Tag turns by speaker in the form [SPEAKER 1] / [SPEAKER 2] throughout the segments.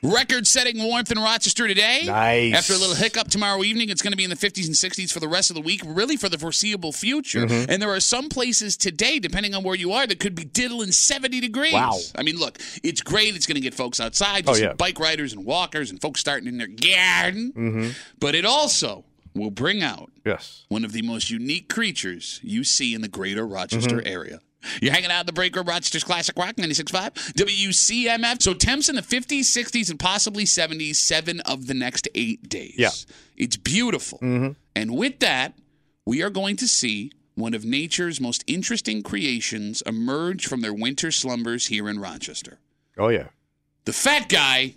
[SPEAKER 1] Record setting warmth in Rochester today.
[SPEAKER 2] Nice.
[SPEAKER 1] After a little hiccup tomorrow evening, it's going to be in the 50s and 60s for the rest of the week, really for the foreseeable future.
[SPEAKER 2] Mm-hmm.
[SPEAKER 1] And there are some places today, depending on where you are, that could be diddling 70 degrees.
[SPEAKER 2] Wow.
[SPEAKER 1] I mean, look, it's great. It's going to get folks outside,
[SPEAKER 2] Oh,
[SPEAKER 1] just
[SPEAKER 2] yeah.
[SPEAKER 1] bike riders and walkers and folks starting in their garden.
[SPEAKER 2] Mm-hmm.
[SPEAKER 1] But it also will bring out
[SPEAKER 2] Yes.
[SPEAKER 1] one of the most unique creatures you see in the greater Rochester
[SPEAKER 2] Mm-hmm.
[SPEAKER 1] area. You're hanging out in the break room, Rochester's Classic Rock 96.5, WCMF. So temps in the 50s, 60s, and possibly 70s, seven of the next eight days.
[SPEAKER 2] Yeah. Mm-hmm.
[SPEAKER 1] It's beautiful. And with that, we are going to see one of nature's most interesting creations emerge from their winter slumbers here in Rochester.
[SPEAKER 2] Oh yeah.
[SPEAKER 1] The fat guy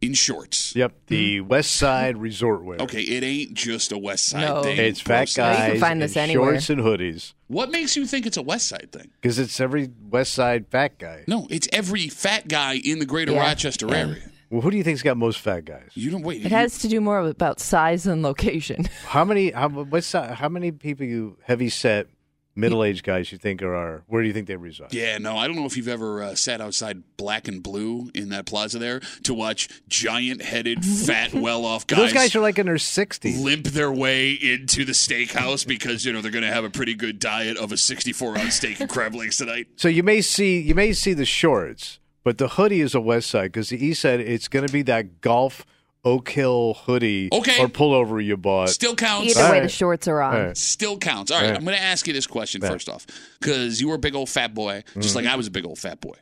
[SPEAKER 1] in shorts.
[SPEAKER 2] Yep. The West Side Resort Wear.
[SPEAKER 1] Mm-hmm. Okay, it ain't just a West Side
[SPEAKER 3] No.
[SPEAKER 1] thing.
[SPEAKER 2] It's fat
[SPEAKER 1] Gross.
[SPEAKER 3] you
[SPEAKER 2] guys
[SPEAKER 3] can find
[SPEAKER 2] in
[SPEAKER 3] this anywhere.
[SPEAKER 2] shorts and hoodies
[SPEAKER 1] What makes you think it's a West Side thing?
[SPEAKER 2] because it's every West Side fat guy.
[SPEAKER 1] No, it's every fat guy in the greater
[SPEAKER 3] Yeah.
[SPEAKER 1] Rochester area.
[SPEAKER 2] Well, who do you think's got most fat guys?
[SPEAKER 1] You don't wait.
[SPEAKER 3] It has to do more about size and location.
[SPEAKER 2] How many? How what's si- how many people you heavy set middle aged guys you think are, are? Where do you think they reside?
[SPEAKER 1] yeah, no, I don't know if you've ever uh, sat outside Black and Blue in that plaza there to watch giant-headed, fat, well-off guys.
[SPEAKER 2] Those guys are like in their sixties.
[SPEAKER 1] limp their way into the steakhouse because you know they're going to have a pretty good diet of a 64 ounce steak and crab legs tonight.
[SPEAKER 2] So you may see you may see the shorts, but the hoodie is a West Side because the East Side it's going to be that golf Oak Hill hoodie
[SPEAKER 1] Okay.
[SPEAKER 2] or pullover you bought.
[SPEAKER 1] Still counts.
[SPEAKER 3] Either way,
[SPEAKER 2] Alright.
[SPEAKER 3] the shorts are on.
[SPEAKER 2] Alright.
[SPEAKER 1] Still counts. All right,
[SPEAKER 2] All right.
[SPEAKER 1] I'm going to ask you this question
[SPEAKER 2] Yeah. Mm-hmm.
[SPEAKER 1] first off, because you were a big old fat boy, just like I was a big old fat boy.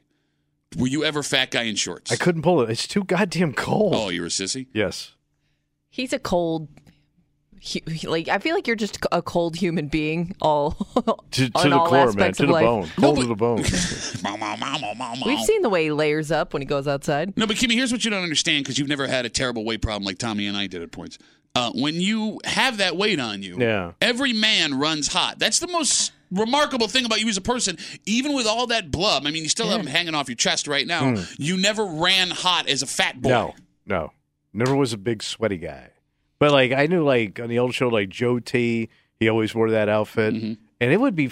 [SPEAKER 1] Were you ever fat guy in shorts?
[SPEAKER 2] I couldn't pull it. It's too goddamn cold.
[SPEAKER 1] Oh, you're a sissy.
[SPEAKER 2] Yes.
[SPEAKER 3] He's a cold. He, he- like I feel like you're just a cold human being. All
[SPEAKER 2] To,
[SPEAKER 3] on
[SPEAKER 2] to the
[SPEAKER 3] all
[SPEAKER 2] core, man.
[SPEAKER 3] aspects
[SPEAKER 2] To
[SPEAKER 3] of
[SPEAKER 2] the
[SPEAKER 3] life.
[SPEAKER 2] bone. Cold
[SPEAKER 1] but-
[SPEAKER 2] to the bone.
[SPEAKER 1] Mow, mow, mow, mow, mow, mow.
[SPEAKER 3] We've seen the way he layers up when he goes outside.
[SPEAKER 1] No, but Kimmy, here's what you don't understand because you've never had a terrible weight problem like Tommy and I did at points. Uh, when you have that weight on you,
[SPEAKER 2] Yeah.
[SPEAKER 1] every man runs hot. That's the most remarkable thing about you as a person. Even with all that blub, I mean, you still have them hanging off your chest right now. You never ran hot as a fat boy.
[SPEAKER 2] Mm. No, no. Never was a big sweaty guy. But like I knew like on the old show like Joe T, he always wore that outfit.
[SPEAKER 3] Mm-hmm.
[SPEAKER 2] And it would be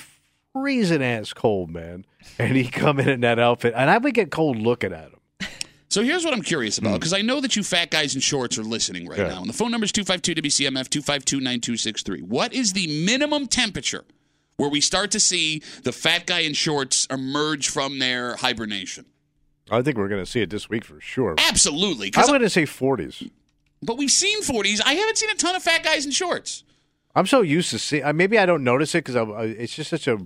[SPEAKER 2] freezing ass cold, man. And he'd come in in that outfit and I would get cold looking at him.
[SPEAKER 1] So here's what I'm curious about because I know that you fat guys in shorts are listening right
[SPEAKER 2] Hmm. Yeah.
[SPEAKER 1] now. And the phone number is 252 WCMF 252 9263. What is the minimum temperature where we start to see the fat guy in shorts emerge from their hibernation?
[SPEAKER 2] I think we're gonna see it this week for sure.
[SPEAKER 1] Absolutely. 'cause
[SPEAKER 2] I'm gonna say forties.
[SPEAKER 1] But we've seen 40s. I haven't seen a ton of fat guys in shorts.
[SPEAKER 2] I'm so used to see. I, maybe I don't notice it because I, I, it's just such a.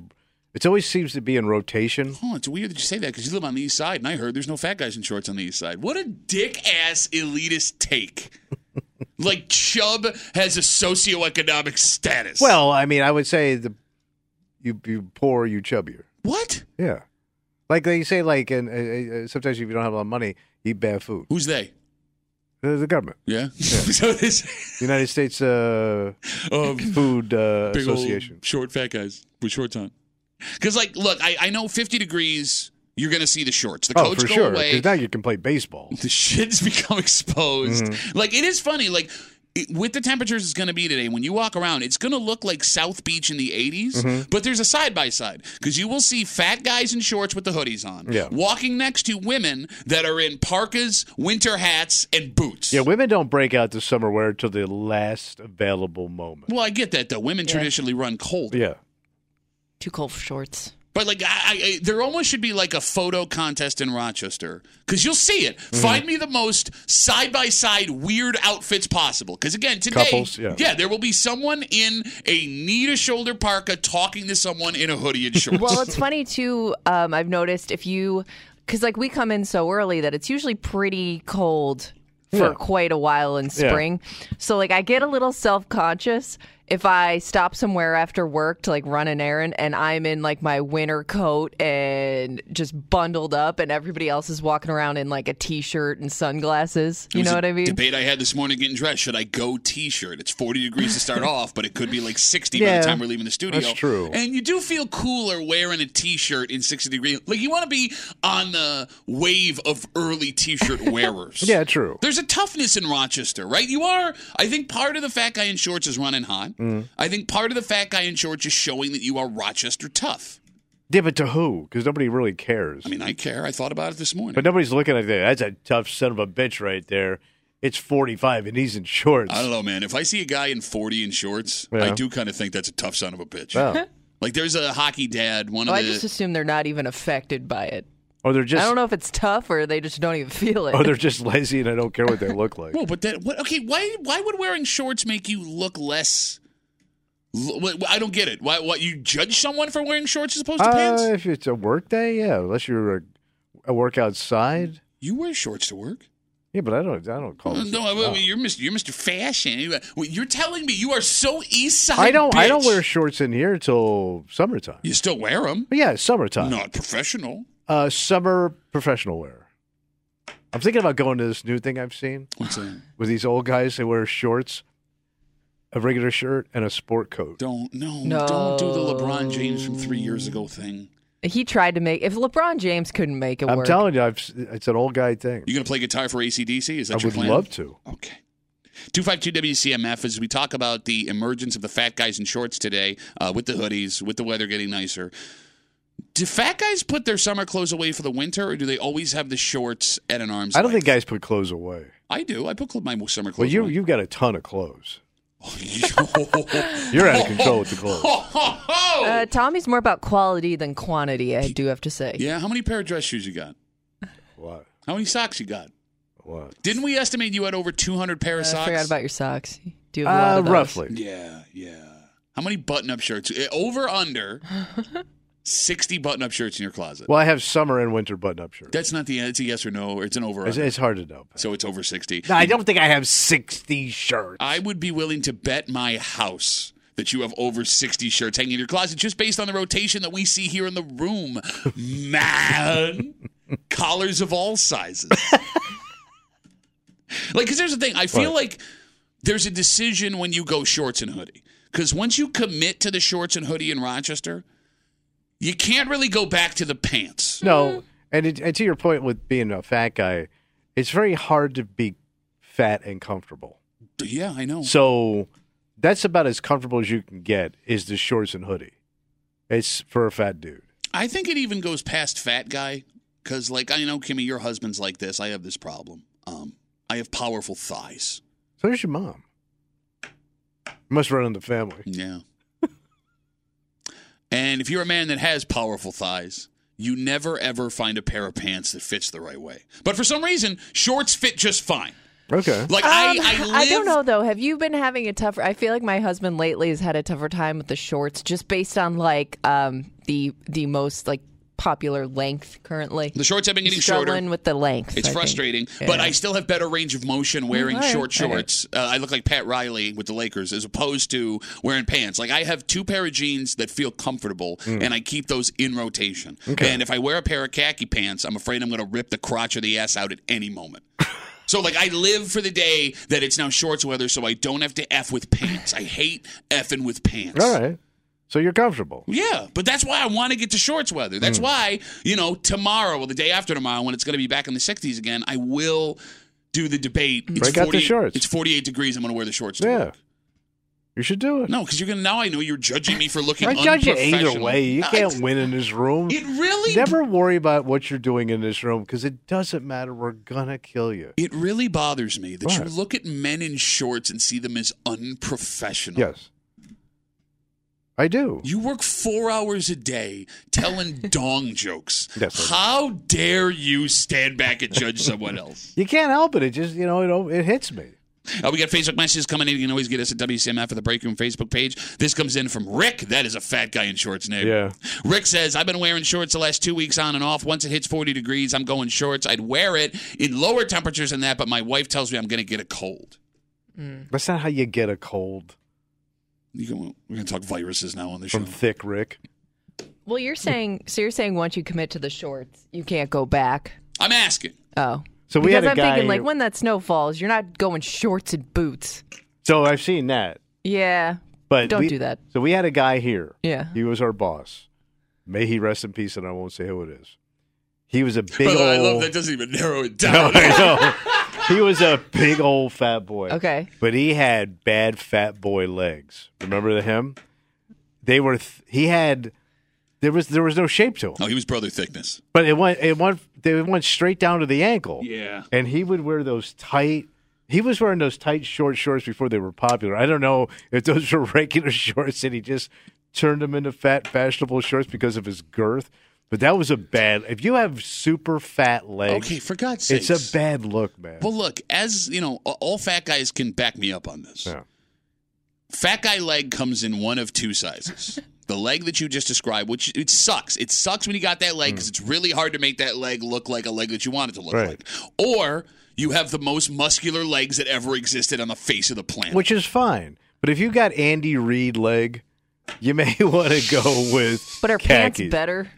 [SPEAKER 2] It always seems to be in rotation.
[SPEAKER 1] Oh, it's weird that you say that because you live on the east side, and I heard there's no fat guys in shorts on the east side. What a dick ass elitist take. like Chubb has a socioeconomic status.
[SPEAKER 2] Well, I mean, I would say the you you poor, you chubbier.
[SPEAKER 1] what?
[SPEAKER 2] Yeah, like they say, like and uh, uh, sometimes if you don't have a lot of money, eat bad food.
[SPEAKER 1] Who's they?
[SPEAKER 2] Uh, The, the government,
[SPEAKER 1] Yeah. so this
[SPEAKER 2] United States uh,
[SPEAKER 1] um,
[SPEAKER 2] Food uh,
[SPEAKER 1] big
[SPEAKER 2] Association.
[SPEAKER 1] old short fat guys with shorts on. Because like, look, I, I know 50 degrees. You're gonna see the shorts. The
[SPEAKER 2] Oh,
[SPEAKER 1] coats
[SPEAKER 2] for
[SPEAKER 1] go
[SPEAKER 2] sure.
[SPEAKER 1] away.
[SPEAKER 2] Because now you can play baseball.
[SPEAKER 1] the shit's become exposed.
[SPEAKER 2] Mm-hmm.
[SPEAKER 1] Like it is funny. Like it, with the temperatures it's going to be today, when you walk around, it's going to look like South Beach in the 80s.
[SPEAKER 2] Mm-hmm.
[SPEAKER 1] But there's a side by side because you will see fat guys in shorts with the hoodies on,
[SPEAKER 2] Yeah.
[SPEAKER 1] walking next to women that are in parkas, winter hats, and boots.
[SPEAKER 2] Yeah, women don't break out the summer wear till the last available moment.
[SPEAKER 1] well, I get that though. Women traditionally run cold.
[SPEAKER 2] Yeah.
[SPEAKER 3] Too cold for shorts.
[SPEAKER 1] But like, I, I, there almost should be like a photo contest in Rochester because you'll see it.
[SPEAKER 2] Mm-hmm.
[SPEAKER 1] Find me the most side by side weird outfits possible. Because again, today,
[SPEAKER 2] Couples, yeah.
[SPEAKER 1] there will be someone in a knee to shoulder parka talking to someone in a hoodie and shorts.
[SPEAKER 3] Well, it's funny too. Um, I've noticed if you, because like we come in so early that it's usually pretty cold for
[SPEAKER 2] Yeah.
[SPEAKER 3] quite a while in spring. So like I get a little self conscious if I stop somewhere after work to like run an errand and I'm in like my winter coat and just bundled up and everybody else is walking around in like a t shirt and sunglasses. You
[SPEAKER 1] It was
[SPEAKER 3] know
[SPEAKER 1] a
[SPEAKER 3] what I mean?
[SPEAKER 1] Debate I had this morning getting dressed. Should I go t-shirt? It's 40 degrees to start off, but it could be like 60 by
[SPEAKER 2] Yeah,
[SPEAKER 1] the time we're leaving the studio.
[SPEAKER 2] that's true.
[SPEAKER 1] And you do feel cooler wearing a t-shirt in 60 degree. Like you want to be on the wave of early t-shirt wearers.
[SPEAKER 2] Yeah, true.
[SPEAKER 1] There's a toughness in Rochester, right? You are. I think part of the fat guy in shorts is running hot.
[SPEAKER 2] Mm-hmm.
[SPEAKER 1] I think part of the fat guy in shorts is showing that you are Rochester tough.
[SPEAKER 2] Yeah, but to who? Because nobody really cares.
[SPEAKER 1] I mean, I care. I thought about it this morning.
[SPEAKER 2] but nobody's looking at that. That's a tough son of a bitch right there. It's 45 and he's in shorts.
[SPEAKER 1] I don't know, man. If I see a guy in 40 in shorts, I
[SPEAKER 2] Yeah.
[SPEAKER 1] do kind of think that's a tough son of a bitch.
[SPEAKER 2] Oh.
[SPEAKER 1] Like there's a hockey dad, one
[SPEAKER 3] Well, Oh, I
[SPEAKER 1] of the
[SPEAKER 3] just assume they're not even affected by it.
[SPEAKER 2] Or they're just Oh,
[SPEAKER 3] I don't know if it's tough or they just don't even feel it.
[SPEAKER 2] or they're just lazy and I don't care what they look like.
[SPEAKER 1] Whoa, but that what okay, why why would wearing shorts make you look less l- wh- I don't get it. Why what you judge someone for wearing shorts as opposed to pants?
[SPEAKER 2] Uh, if it's a work day, yeah, unless you're a, a work outside.
[SPEAKER 1] You wear shorts to work?
[SPEAKER 2] Yeah, but I don't I don't call Oh.
[SPEAKER 1] No,
[SPEAKER 2] it.
[SPEAKER 1] wait, wait, you're Mr. You're Mr. Fashion. You- uh, wait, You're telling me you are so east side.
[SPEAKER 2] I don't I don't
[SPEAKER 1] bitch.
[SPEAKER 2] wear shorts in here till summertime.
[SPEAKER 1] You still wear them?
[SPEAKER 2] But yeah, it's summertime.
[SPEAKER 1] Not professional.
[SPEAKER 2] Uh, summer professional wear. I'm thinking about going to this new thing I've seen
[SPEAKER 1] What's that?
[SPEAKER 2] with these old guys. They wear shorts, a regular shirt, and a sport coat.
[SPEAKER 1] Don't no,
[SPEAKER 3] No.
[SPEAKER 1] don't do the LeBron James from 3 years ago thing.
[SPEAKER 3] He tried to make. If LeBron James couldn't make it
[SPEAKER 2] I'm
[SPEAKER 3] work,
[SPEAKER 2] telling you, I've, s- it's an old guy thing.
[SPEAKER 1] You gonna play guitar for ACDC? Is that
[SPEAKER 2] I
[SPEAKER 1] your
[SPEAKER 2] would
[SPEAKER 1] plan?
[SPEAKER 2] love to.
[SPEAKER 1] Okay. 252 WCMF, as we talk about the emergence of the fat guys in shorts today, uh, with the hoodies, with the weather getting nicer, do fat guys put their summer clothes away for the winter, or do they always have the shorts at an arm's
[SPEAKER 2] I don't
[SPEAKER 1] length?
[SPEAKER 2] think guys put clothes away.
[SPEAKER 1] I do. I put cl- my summer
[SPEAKER 2] Well,
[SPEAKER 1] clothes
[SPEAKER 2] you
[SPEAKER 1] away.
[SPEAKER 2] you've got a ton of clothes.
[SPEAKER 1] you,
[SPEAKER 2] You're out of control with the clothes.
[SPEAKER 3] Uh, Tommy's more about quality than quantity. I do have to say.
[SPEAKER 1] yeah, how many pair of dress shoes you got?
[SPEAKER 2] What?
[SPEAKER 1] How many socks you got?
[SPEAKER 2] What?
[SPEAKER 1] Didn't we estimate you had over 200 pair of
[SPEAKER 3] Uh, I
[SPEAKER 1] socks?
[SPEAKER 3] forgot about your socks. You Do have a lot
[SPEAKER 2] Uh,
[SPEAKER 3] of those.
[SPEAKER 2] roughly.
[SPEAKER 1] Yeah, yeah. How many button-up shirts? Eh, Over under 60 button-up shirts in your closet.
[SPEAKER 2] Well, I have summer and winter button-up shirts.
[SPEAKER 1] That's not the it's a yes or no. Or it's an over.
[SPEAKER 2] It's,
[SPEAKER 1] under.
[SPEAKER 2] it's hard to know.
[SPEAKER 1] so it's over sixty.
[SPEAKER 2] No, I don't think I have sixty shirts.
[SPEAKER 1] I would be willing to bet my house that you have over sixty shirts hanging in your closet just based on the rotation that we see here in the room. Man, collars of all sizes. like, because there's the thing. I feel
[SPEAKER 2] What?
[SPEAKER 1] like there's a decision when you go shorts and hoodie. Because once you commit to the shorts and hoodie in Rochester, you can't really go back to the pants.
[SPEAKER 3] Mm-hmm.
[SPEAKER 2] No, and, it, and to your point with being a fat guy, it's very hard to be fat and comfortable.
[SPEAKER 1] Yeah, I
[SPEAKER 3] Oh.
[SPEAKER 1] know.
[SPEAKER 2] So that's about as comfortable as you can get is the shorts and hoodie. It's for a fat dude.
[SPEAKER 1] I think it even goes past fat guy because, like, I know Kimmy, your husband's like this. I have this problem. Um, I have powerful thighs.
[SPEAKER 2] So does your mom. Must run in the family.
[SPEAKER 1] Yeah. and if you're a man that has powerful thighs, you never ever find a pair of pants that fits the right way. But for some reason, shorts fit just fine.
[SPEAKER 2] Okay.
[SPEAKER 1] Like I,
[SPEAKER 3] Um,
[SPEAKER 1] I, live,
[SPEAKER 3] don't know though. Have you been having a tougher? I feel like my husband lately has had a tougher time with the shorts, just based on like um the the most like popular length currently.
[SPEAKER 1] The shorts have been
[SPEAKER 3] He's
[SPEAKER 1] getting
[SPEAKER 3] struggling
[SPEAKER 1] shorter.
[SPEAKER 3] with the length.
[SPEAKER 1] It's
[SPEAKER 3] I think.
[SPEAKER 1] frustrating, but I still have better range of motion wearing
[SPEAKER 3] Alright,
[SPEAKER 1] short
[SPEAKER 3] alright.
[SPEAKER 1] shorts. Uh, I look like Pat Riley with the Lakers as opposed to wearing pants. Like I have two pair of jeans that feel comfortable, and I keep those in rotation. And if I wear a pair of khaki pants, I'm afraid I'm going to rip the crotch or the ass out at any moment. So like I live for the day that it's now shorts weather, so I don't have to f with pants. I hate effing with pants.
[SPEAKER 2] All right. So you're comfortable.
[SPEAKER 1] Yeah, but that's why I want to get to shorts weather. That's
[SPEAKER 2] Hmm.
[SPEAKER 1] why, you know, tomorrow or the day after tomorrow, when it's going to be back in the 60s again, I will do the debate. It's
[SPEAKER 2] Break out the
[SPEAKER 1] 48
[SPEAKER 2] shorts.
[SPEAKER 1] It's 48 degrees. I'm going to wear the shorts. To
[SPEAKER 2] Yeah.
[SPEAKER 1] Work.
[SPEAKER 2] You should do it.
[SPEAKER 1] No, because you're going to, now I know you're judging me for looking
[SPEAKER 2] I judge you either
[SPEAKER 1] unprofessional.
[SPEAKER 2] way. You
[SPEAKER 1] I-
[SPEAKER 2] can't win in this room.
[SPEAKER 1] It really,
[SPEAKER 2] Never worry about what you're doing in this room because it doesn't matter. We're gonna kill you.
[SPEAKER 1] it really bothers me that you
[SPEAKER 2] What?
[SPEAKER 1] look at men in shorts and see them as unprofessional.
[SPEAKER 2] Yes. I do.
[SPEAKER 1] You work four hours a day telling dong jokes.
[SPEAKER 2] That's right.
[SPEAKER 1] How dare you stand back and judge someone else?
[SPEAKER 2] You can't help it. It just you know it al- it hits me.
[SPEAKER 1] Uh, we got Facebook messages coming in. You can always get us at WCMF for the Break Room Facebook page. This comes in from Rick. That is a fat guy in shorts name.
[SPEAKER 2] Yeah.
[SPEAKER 1] Rick says, I've been wearing shorts the last two weeks on and off. Once it hits 40 degrees, I'm going shorts. I'd wear it in lower temperatures than that, but my wife tells me I'm going to get a cold.
[SPEAKER 2] That's not how you get a cold
[SPEAKER 1] You can, we're going to talk viruses now on the show.
[SPEAKER 2] from thick Rick.
[SPEAKER 3] Well, you're saying so. You're saying once you commit to the shorts, you can't go back.
[SPEAKER 1] I'm asking.
[SPEAKER 3] Oh,
[SPEAKER 2] So we had
[SPEAKER 3] because
[SPEAKER 2] a
[SPEAKER 3] I'm
[SPEAKER 2] guy
[SPEAKER 3] thinking like
[SPEAKER 2] who-
[SPEAKER 3] when that snow falls, you're not going shorts and boots.
[SPEAKER 2] So I've seen that,
[SPEAKER 3] Yeah,
[SPEAKER 2] but
[SPEAKER 3] Don't
[SPEAKER 2] we-
[SPEAKER 3] do that.
[SPEAKER 2] So we had a guy here.
[SPEAKER 3] yeah.
[SPEAKER 2] He was our boss. May he rest in peace, and I won't say who it is. He was a big
[SPEAKER 1] By the
[SPEAKER 2] old.
[SPEAKER 1] way, I love that doesn't even narrow it down.
[SPEAKER 2] No, I know. He was a big old fat boy.
[SPEAKER 3] Okay.
[SPEAKER 2] But he had bad fat boy legs. Remember him? They were. Th- he had. There was there was no shape to him,
[SPEAKER 1] No, he was brother thickness.
[SPEAKER 2] but it went it went they went straight down to the ankle.
[SPEAKER 1] Yeah.
[SPEAKER 2] And he would wear those tight. He was wearing those tight short shorts before they were popular. I don't know if those were regular shorts, and he just turned them into fat fashionable shorts because of his girth. But that was a bad. If you have super fat legs,
[SPEAKER 1] Okay, for God's sake.
[SPEAKER 2] it's a bad look, man.
[SPEAKER 1] Well, look, as you know, a- all fat guys can back me up on this.
[SPEAKER 2] Yeah.
[SPEAKER 1] Fat guy leg comes in one of two sizes. the leg that you just described, which it sucks. It sucks when you got that leg because it's really hard to make that leg look like a leg that you want it to look
[SPEAKER 2] Mm. Right.
[SPEAKER 1] like. Or you have the most muscular legs that ever existed on the face of the planet.
[SPEAKER 2] which is fine. But if you got Andy Reid leg, you may want to go with.
[SPEAKER 3] But are
[SPEAKER 2] khakis. Oh.
[SPEAKER 3] pants better?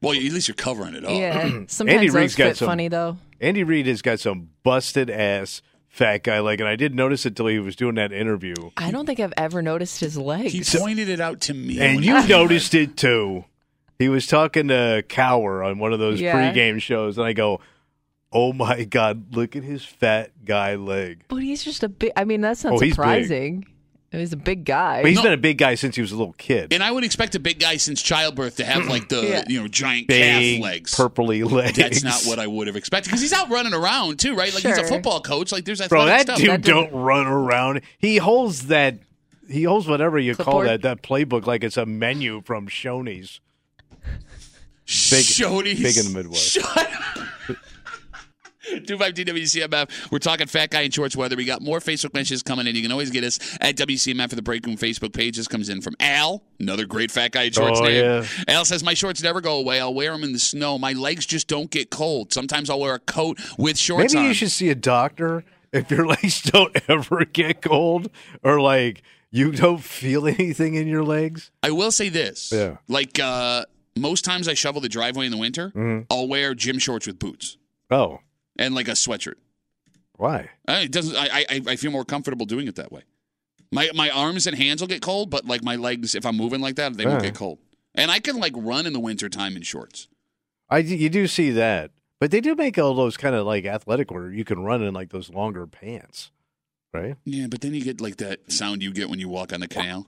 [SPEAKER 1] well, at least you're covering it up.
[SPEAKER 3] Yeah. Sometimes
[SPEAKER 2] Andy
[SPEAKER 3] those
[SPEAKER 2] Reid's got
[SPEAKER 3] fit
[SPEAKER 2] some-
[SPEAKER 3] funny though.
[SPEAKER 2] Andy Reid has got some busted ass fat guy leg, and I didn't notice it till he was doing that interview,
[SPEAKER 3] I don't think I've ever noticed his legs.
[SPEAKER 1] He pointed it out to me.
[SPEAKER 2] and
[SPEAKER 1] when
[SPEAKER 2] you
[SPEAKER 1] I-
[SPEAKER 2] noticed it too. He was talking to Cower on one of those
[SPEAKER 3] Yeah.
[SPEAKER 2] pregame shows, and I go, "Oh my god, look at his fat guy leg."
[SPEAKER 3] but he's just a big. I mean, that's not
[SPEAKER 2] Oh, he's big.
[SPEAKER 3] surprising. He's a big guy.
[SPEAKER 2] But he's
[SPEAKER 1] No.
[SPEAKER 2] been a big guy since he was a little kid.
[SPEAKER 1] And I would expect a big guy since childbirth to have like the
[SPEAKER 3] Yeah.
[SPEAKER 1] you know giant
[SPEAKER 2] Big,
[SPEAKER 1] calf legs.
[SPEAKER 2] purpley legs.
[SPEAKER 1] That's not what I would have expected because he's out running around too, right? Like he's a
[SPEAKER 3] Sure.
[SPEAKER 1] football coach. Like there's
[SPEAKER 2] Bro,
[SPEAKER 1] athletic
[SPEAKER 2] that
[SPEAKER 1] stuff.
[SPEAKER 2] dude
[SPEAKER 3] That
[SPEAKER 2] don't run around. He holds that. He holds whatever you call
[SPEAKER 3] Clipboard?
[SPEAKER 2] that that playbook like it's a menu from Shoney's. Big-
[SPEAKER 1] Shoney's.
[SPEAKER 2] big in the Midwest.
[SPEAKER 1] Shut 25 WCMF. We're talking fat guy in shorts weather. We got more Facebook messages coming in. You can always get us at WCMF for the break room Facebook page. This comes in from Al, another great fat guy in shorts
[SPEAKER 2] Oh,
[SPEAKER 1] name.
[SPEAKER 2] yeah.
[SPEAKER 1] Al says, My shorts never go away. I'll wear them in the snow. My legs just don't get cold. Sometimes I'll wear a coat with shorts
[SPEAKER 2] Maybe
[SPEAKER 1] on.
[SPEAKER 2] you should see a doctor if your legs don't ever get cold or like you don't feel anything in your legs.
[SPEAKER 1] I will say this.
[SPEAKER 2] Yeah.
[SPEAKER 1] Like, uh, most times I shovel the driveway in the winter,
[SPEAKER 2] Mm-hmm.
[SPEAKER 1] I'll wear gym shorts with boots
[SPEAKER 2] Oh,
[SPEAKER 1] and like a sweatshirt.
[SPEAKER 2] why?
[SPEAKER 1] I, it doesn't. I, I I feel more comfortable doing it that way. My my arms and hands will get cold, but like my legs, if I'm moving like that, they won't
[SPEAKER 2] Yeah.
[SPEAKER 1] get cold. And I can like run in the wintertime in shorts.
[SPEAKER 2] I you do see that, but they do make all those kind of like athletic where you can run in like those longer pants, right?
[SPEAKER 1] Yeah, but then you get like that sound you get when you walk on the canal.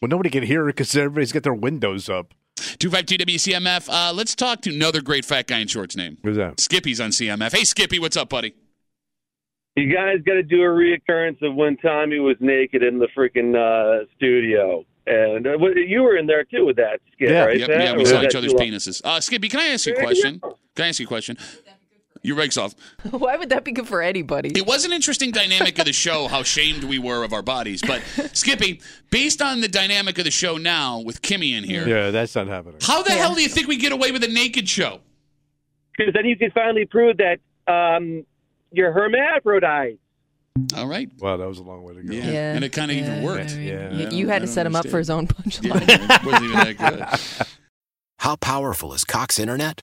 [SPEAKER 2] Well, nobody can hear it because everybody's got their windows up.
[SPEAKER 1] Two five two WCMF. Uh, let's talk to another great fat guy in shorts name.
[SPEAKER 2] Who's that?
[SPEAKER 1] Skippy's on CMF. Hey Skippy, what's up, buddy?
[SPEAKER 4] You guys got to do a reoccurrence of when Tommy was naked in the freaking uh, studio, and uh, what- you were in there too with that skit,
[SPEAKER 2] Yeah.
[SPEAKER 4] right?
[SPEAKER 1] Yep,
[SPEAKER 4] Pat?
[SPEAKER 1] yeah,
[SPEAKER 4] Or
[SPEAKER 1] we
[SPEAKER 4] was
[SPEAKER 1] saw
[SPEAKER 4] that
[SPEAKER 1] each
[SPEAKER 4] too
[SPEAKER 1] other's
[SPEAKER 4] long?
[SPEAKER 1] penises. Uh, Skippy, can I ask you a
[SPEAKER 4] There you
[SPEAKER 1] question? Can I ask you a question? Your reg's off.
[SPEAKER 3] Why would that be good for anybody?
[SPEAKER 1] It was an interesting dynamic of the show, how shamed we were of our bodies. But Skippy, based on the dynamic of the show now with Kimmy in here,
[SPEAKER 2] Yeah, that's not happening.
[SPEAKER 1] how the hell do you think we get away with a naked show?
[SPEAKER 4] Because then you can finally prove that um, you're hermaphrodite.
[SPEAKER 1] All right.
[SPEAKER 2] Wow, that was a long way to go.
[SPEAKER 1] Yeah. And it kind of even worked.
[SPEAKER 3] I mean,
[SPEAKER 2] Yeah.
[SPEAKER 3] you-
[SPEAKER 1] I
[SPEAKER 3] you
[SPEAKER 1] don't- I
[SPEAKER 3] had to
[SPEAKER 1] don't
[SPEAKER 3] set him up for his own
[SPEAKER 1] Yeah,
[SPEAKER 3] punchline.
[SPEAKER 1] it wasn't even that good.
[SPEAKER 5] How powerful is Cox Internet?